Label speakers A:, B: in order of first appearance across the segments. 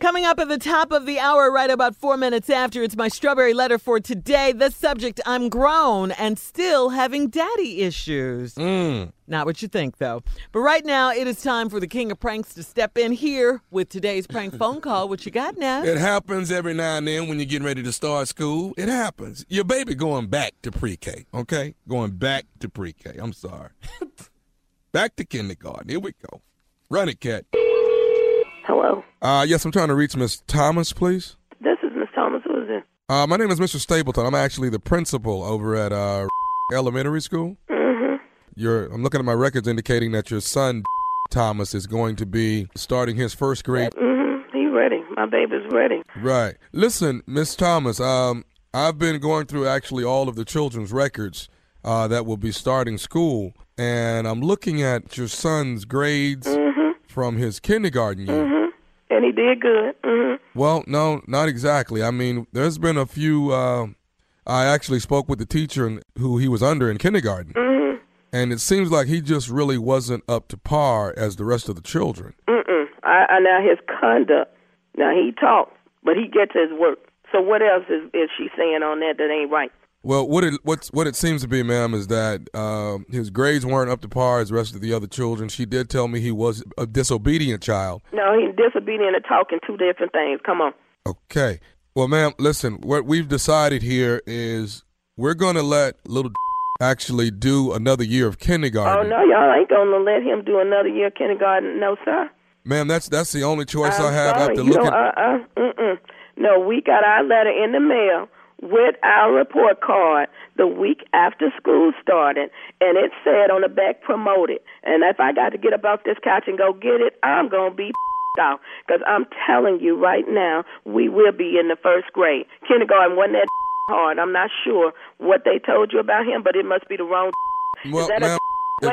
A: Coming up at the top of the hour, right about four minutes after, it's my strawberry letter for today. The subject I'm grown and still having daddy issues. Not what you think, though. But right now, it is time for the king of pranks to step in here with today's prank phone call. What you got now?
B: It happens every now and then when you're getting ready to start school. It happens. Your baby going back to pre-K, okay? Going back to pre-K. I'm sorry. back to kindergarten. Here we go. Run it, cat.
C: Hello.
B: Uh, yes, I'm trying to reach Miss Thomas, please.
C: This is Miss Thomas. Who is it?
B: Uh, my name is Mr. Stapleton. I'm actually the principal over at uh, elementary school. You're, I'm looking at my records indicating that your son Thomas is going to be starting his first grade
C: Mm-hmm. He ready. My baby's ready.
B: Right. Listen, Miss Thomas, um, I've been going through actually all of the children's records uh, that will be starting school, and I'm looking at your son's grades from his kindergarten year.
C: And he did good. hmm
B: Well, no, not exactly. I mean, there's been a few. Uh, I actually spoke with the teacher and- who he was under in kindergarten, and it seems like he just really wasn't up to par as the rest of the children.
C: Mm-mm. I, I now his conduct. Now he talks, but he gets his work. So what else is is she saying on that that ain't right?
B: Well, what it what's, what it seems to be, ma'am, is that um, his grades weren't up to par as the rest of the other children. She did tell me he was a disobedient child.
C: No, he disobedient and talking two different things. Come on.
B: Okay. Well, ma'am, listen. What we've decided here is we're gonna let little actually do another year of
C: Oh
B: kindergarten.
C: no, y'all ain't gonna let him do another year of kindergarten. No, sir.
B: Ma'am, that's that's the only choice
C: I'm
B: have
C: sorry.
B: after
C: you
B: looking.
C: know, uh-uh, mm-mm. No, we got our letter in the mail with our report card the week after school started, and it said on the back, promoted. And if I got to get up off this couch and go get it, I'm going to be off. Because I'm telling you right now, we will be in the first grade. Kindergarten wasn't that hard. I'm not sure what they told you about him, but it must be the wrong.
B: well,
C: that a-
B: ma'am,
C: Wait,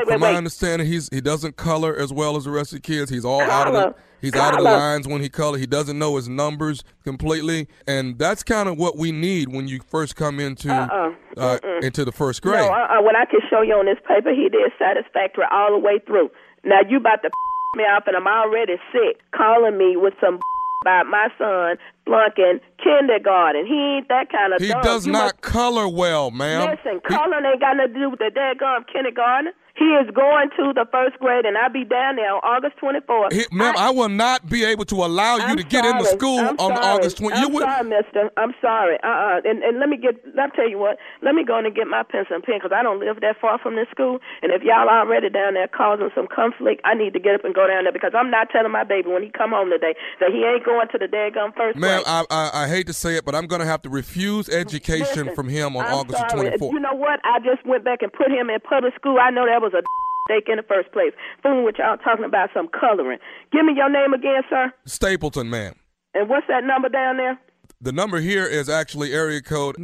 B: if-
C: wait,
B: from
C: wait.
B: my understanding, he's he doesn't color as well as the rest of the kids. He's all out of
C: Color.
B: the he's out of the
C: Color.
B: lines when he color. He doesn't know his numbers completely, and that's kind of what we need when you first come into uh into the first grade.
C: Uh-uh. No, uh, uh, what I can show you on this paper, he did satisfactory all the way through. Now you about to me off, and I'm already sick. Calling me with some about my son flunking kindergarten. He ain't that kind of.
B: he
C: thug.
B: does
C: You
B: not color well, ma'am.
C: must- listen,
B: He-
C: calling ain't got nothing to do with the daggone kindergarten. He is going to the first grade, and I'll be down there on August 24th.
B: he- ma'am, I, will not be able to allow you
C: I'm
B: to get into
C: sorry.
B: school
C: I'm
B: on
C: sorry.
B: August 20.
C: I'm
B: you would-
C: sorry, Mister. I'm sorry. Uh, uh And, and let me get. Let me tell you what. Let me go in and get my pencil and pen because I don't live that far from this school. And if y'all already down there causing some conflict, I need to get up and go down there because I'm not telling my baby when he come home today that he ain't going to the daggum first
B: Ma'am,
C: grade.
B: I, I, I hate to say it, but I'm going to have to refuse education
C: Listen,
B: from him on
C: I'm
B: August
C: sorry.
B: 24th.
C: You know what? I just went back and put him in public school. I know that was a mistake in the first place. Fooling with y'all talking about some coloring. Give me your name again, sir.
B: Stapleton, ma'am.
C: And what's that number down there?
B: The number here is actually area code.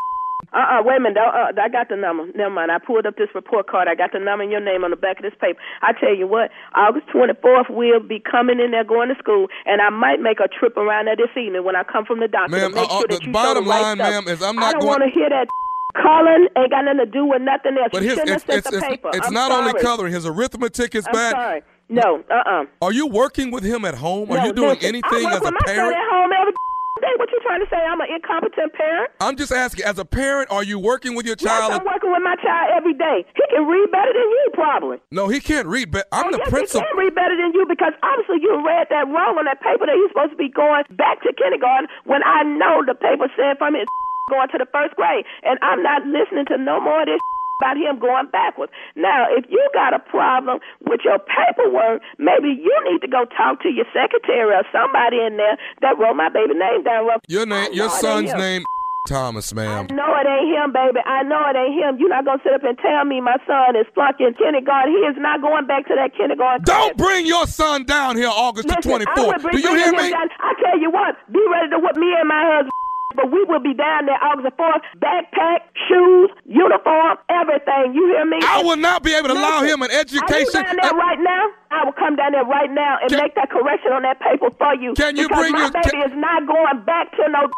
C: Uh uh wait a minute. Uh, uh, I got the number. Never mind. I pulled up this report card. I got the number and your name on the back of this paper. I tell you what, August 24th, we'll be coming in there going to school, and I might make a trip around there this evening when I come from the doctor.
B: Ma'am,
C: to make
B: uh, uh,
C: sure that
B: the
C: you
B: bottom
C: show the right
B: line,
C: stuff.
B: ma'am, is I'm
C: I
B: not
C: don't
B: going-
C: want to hear that. Colin ain't got nothing to do with nothing else.
B: But
C: you
B: his,
C: shouldn't
B: it's,
C: have sent
B: it's,
C: the
B: it's,
C: paper.
B: it's
C: I'm
B: not
C: sorry.
B: only coloring. His arithmetic is
C: I'm
B: bad.
C: sorry. No, uh uh
B: Are you working with him at home? Are
C: no,
B: you doing
C: listen,
B: anything
C: I
B: as a
C: work with my son
B: parent?
C: at home every day. What you trying to say? I'm an incompetent parent?
B: I'm just asking, as a parent, are you working with your
C: Yes,
B: child?
C: I'm working with my child every day. He can read better than you, probably.
B: no, he can't read, but I'm
C: I
B: the
C: guess
B: principal.
C: Oh, He can read better than you because obviously you read that wrong on that paper that he's supposed to be going back to kindergarten when I know the paper said from his going to the first grade. And I'm not listening to no more of this about him going backwards. Now, if you got a problem with your paperwork, maybe you need to go talk to your secretary or somebody in there that wrote my baby name down wrong.
B: Your
C: I
B: name,
C: know
B: your
C: it ain't
B: son's
C: him.
B: name, Thomas, ma'am.
C: I know it ain't him, baby. I know it ain't him. You're not gonna sit up and tell me my son is flunking kindergarten. He is not going back to that kindergarten.
B: Don't
C: class.
B: bring your son down here August the
C: Listen, I would
B: 24th.
C: bring
B: Do you
C: bring
B: hear
C: him
B: me?
C: down. I tell you what, be ready to whip me and my husband. But we will be down there August the 4th. Backpack, shoes, uniform, everything. You hear me?
B: I will not be able to allow him an
C: Are
B: education. Uh,
C: you down there right now? I will come down there right now and
B: Can-
C: make that correction on that paper for you.
B: Can you
C: because
B: bring
C: my
B: your-
C: baby
B: can-
C: is not going back to no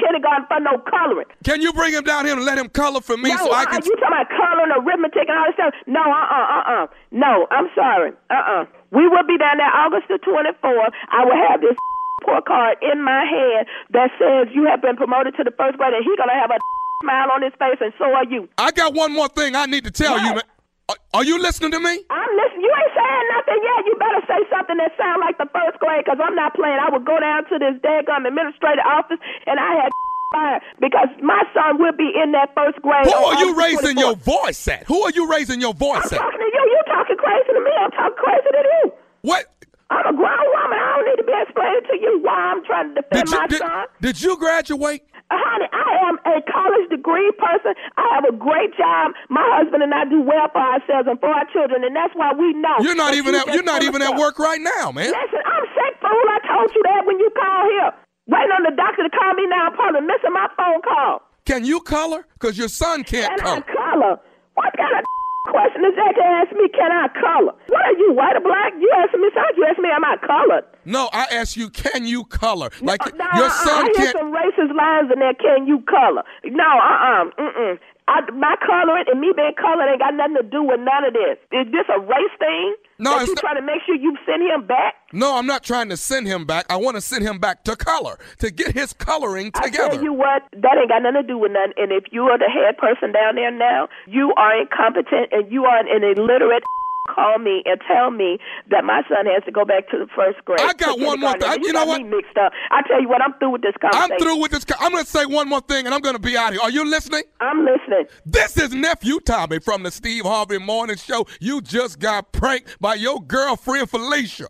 C: kindergarten for no coloring.
B: Can you bring him down here and let him color for me
C: No,
B: so I
C: uh-uh,
B: can?
C: you talking about coloring, arithmetic, and all this stuff? No, uh, uh, uh, uh. Uh-uh. No, I'm sorry. Uh, uh We will be down there August the 24th. I will have this report card in my hand that says you have been promoted to the first grade, and he's gonna have a smile on his face, and so are you.
B: I got one more thing I need to tell you, man. Are, are you listening to me?
C: I'm listening. You ain't saying nothing yet. You better say something that sounds like the first grade, because I'm not playing. I would go down to this daggum administrative office, and I had fired because my son will be in that first grade.
B: Who
C: on
B: are you
C: August
B: raising your
C: 24th.
B: voice at? Who are you raising your voice at?
C: Talking to you, you talking crazy to me. I'm talking crazy to you.
B: What?
C: I'm a grown woman. I don't need to be explaining to you why I'm trying to
B: Did
C: defend
B: you
C: my
B: did,
C: son.
B: did you graduate?
C: Honey, I am a college degree person. I have a great job. My husband and I do well for ourselves and for our children, and that's why we know.
B: You're not
C: that
B: even
C: you
B: at
C: just
B: you're not
C: full of
B: even at
C: stuff.
B: work right now, man.
C: Listen, I'm sick, fool. I told you that when you called here. Waiting on the doctor to call me now. I'm probably missing my phone call.
B: Can you color? Cause your son can't
C: And I
B: color.
C: color. What kind of question is that to ask me? Can I color? What are you, white or black? You asking me something? You asking me, am I colored?
B: No, I asked you, can you color? Like
C: Uh, nah,
B: your
C: uh-uh.
B: son
C: I hear
B: can't.
C: some racist lines in there. Can you color? No, uh, uh-uh, mm, mm. I, my coloring and me being colored ain't got nothing to do with none of this. Is this a race thing?
B: No,
C: that
B: it's
C: you
B: not-
C: trying to make sure you send him back?
B: No, I'm not trying to send him back. I want to send him back to color to get his coloring
C: I
B: together.
C: tell you what, that ain't got nothing to do with nothing. And if you are the head person down there now, you are incompetent and you are an illiterate. Call me and tell me that my son has to go back to the first grade.
B: I got
C: to
B: one more
C: kindergarten.
B: thing. I-
C: You,
B: you know
C: got
B: what?
C: Me mixed up. I tell you what, I'm through with this
B: I'm
C: conversation.
B: through with this. Co- I'm going to say one more thing, and I'm going to be out of here. Are you listening?
C: I'm listening.
B: This is nephew Tommy from the Steve Harvey Morning Show. You just got pranked by your girlfriend Felicia.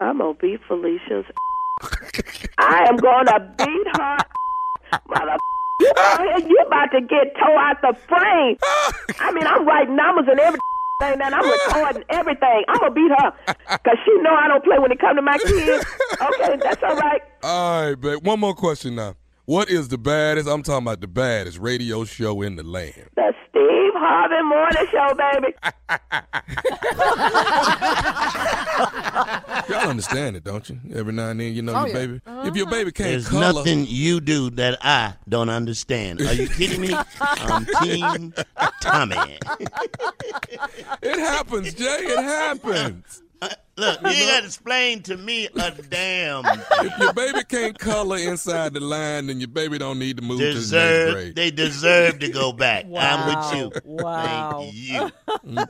C: I'm gonna beat Felicia's. I am gonna beat her. Mother, you out here, you about to get tore out the frame. I mean, I'm writing numbers and everything, and I'm recording everything. I'm gonna beat her because she know I don't play when it comes to my kids. Okay, that's all right.
B: All right, but one more question now. What is the baddest? I'm talking about the baddest radio show in the land.
C: The Steve Harvey Morning Show, baby.
B: Y'all understand it, don't you? Every now and then, you know, your baby. If your baby can't
D: There's
B: color,
D: nothing you do that I don't understand. Are you kidding me? I'm Team Tommy.
B: it happens, Jay. It happens.
D: Look, you ain't got to explain to me a damn thing.
B: If your baby can't color inside the line, then your baby don't need to move to the
D: deserve.
B: next
D: They deserve to go back. I'm with you.
A: Wow.
D: Thank you.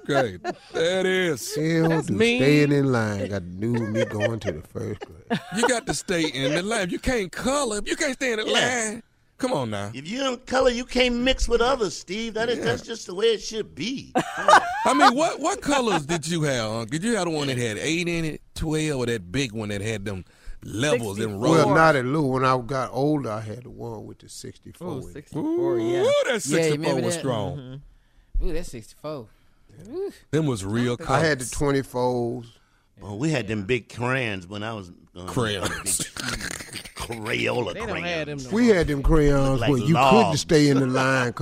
B: grade. Okay, that is.
E: Still do staying in line got to do with me going to the first grade.
B: You got to stay in the line. If you can't color, if you can't stay in the
D: Yeah.
B: line, come on now.
D: If you don't color, you can't mix with others, Steve. That is, That's just the way it should be.
B: I mean, what what colors did you have? Unc? Did you have the one that had eight in it, twelve, or that big one that had them levels and rows?
E: Well, not at Lou. When I got older, I had the one with the 64. in it.
A: 64, yeah.
B: Ooh, that sixty-four
F: remember
B: was
F: that?
B: strong.
F: Ooh, that's 64.
B: Them was real
E: I
B: colors.
E: had the 24s.
D: Well, we had them big crayons when I was um,
B: Crayons.
D: Crayola
F: They don't have them
D: crayons.
F: no
E: We had them crayons
D: Like
E: where you couldn't
D: logs.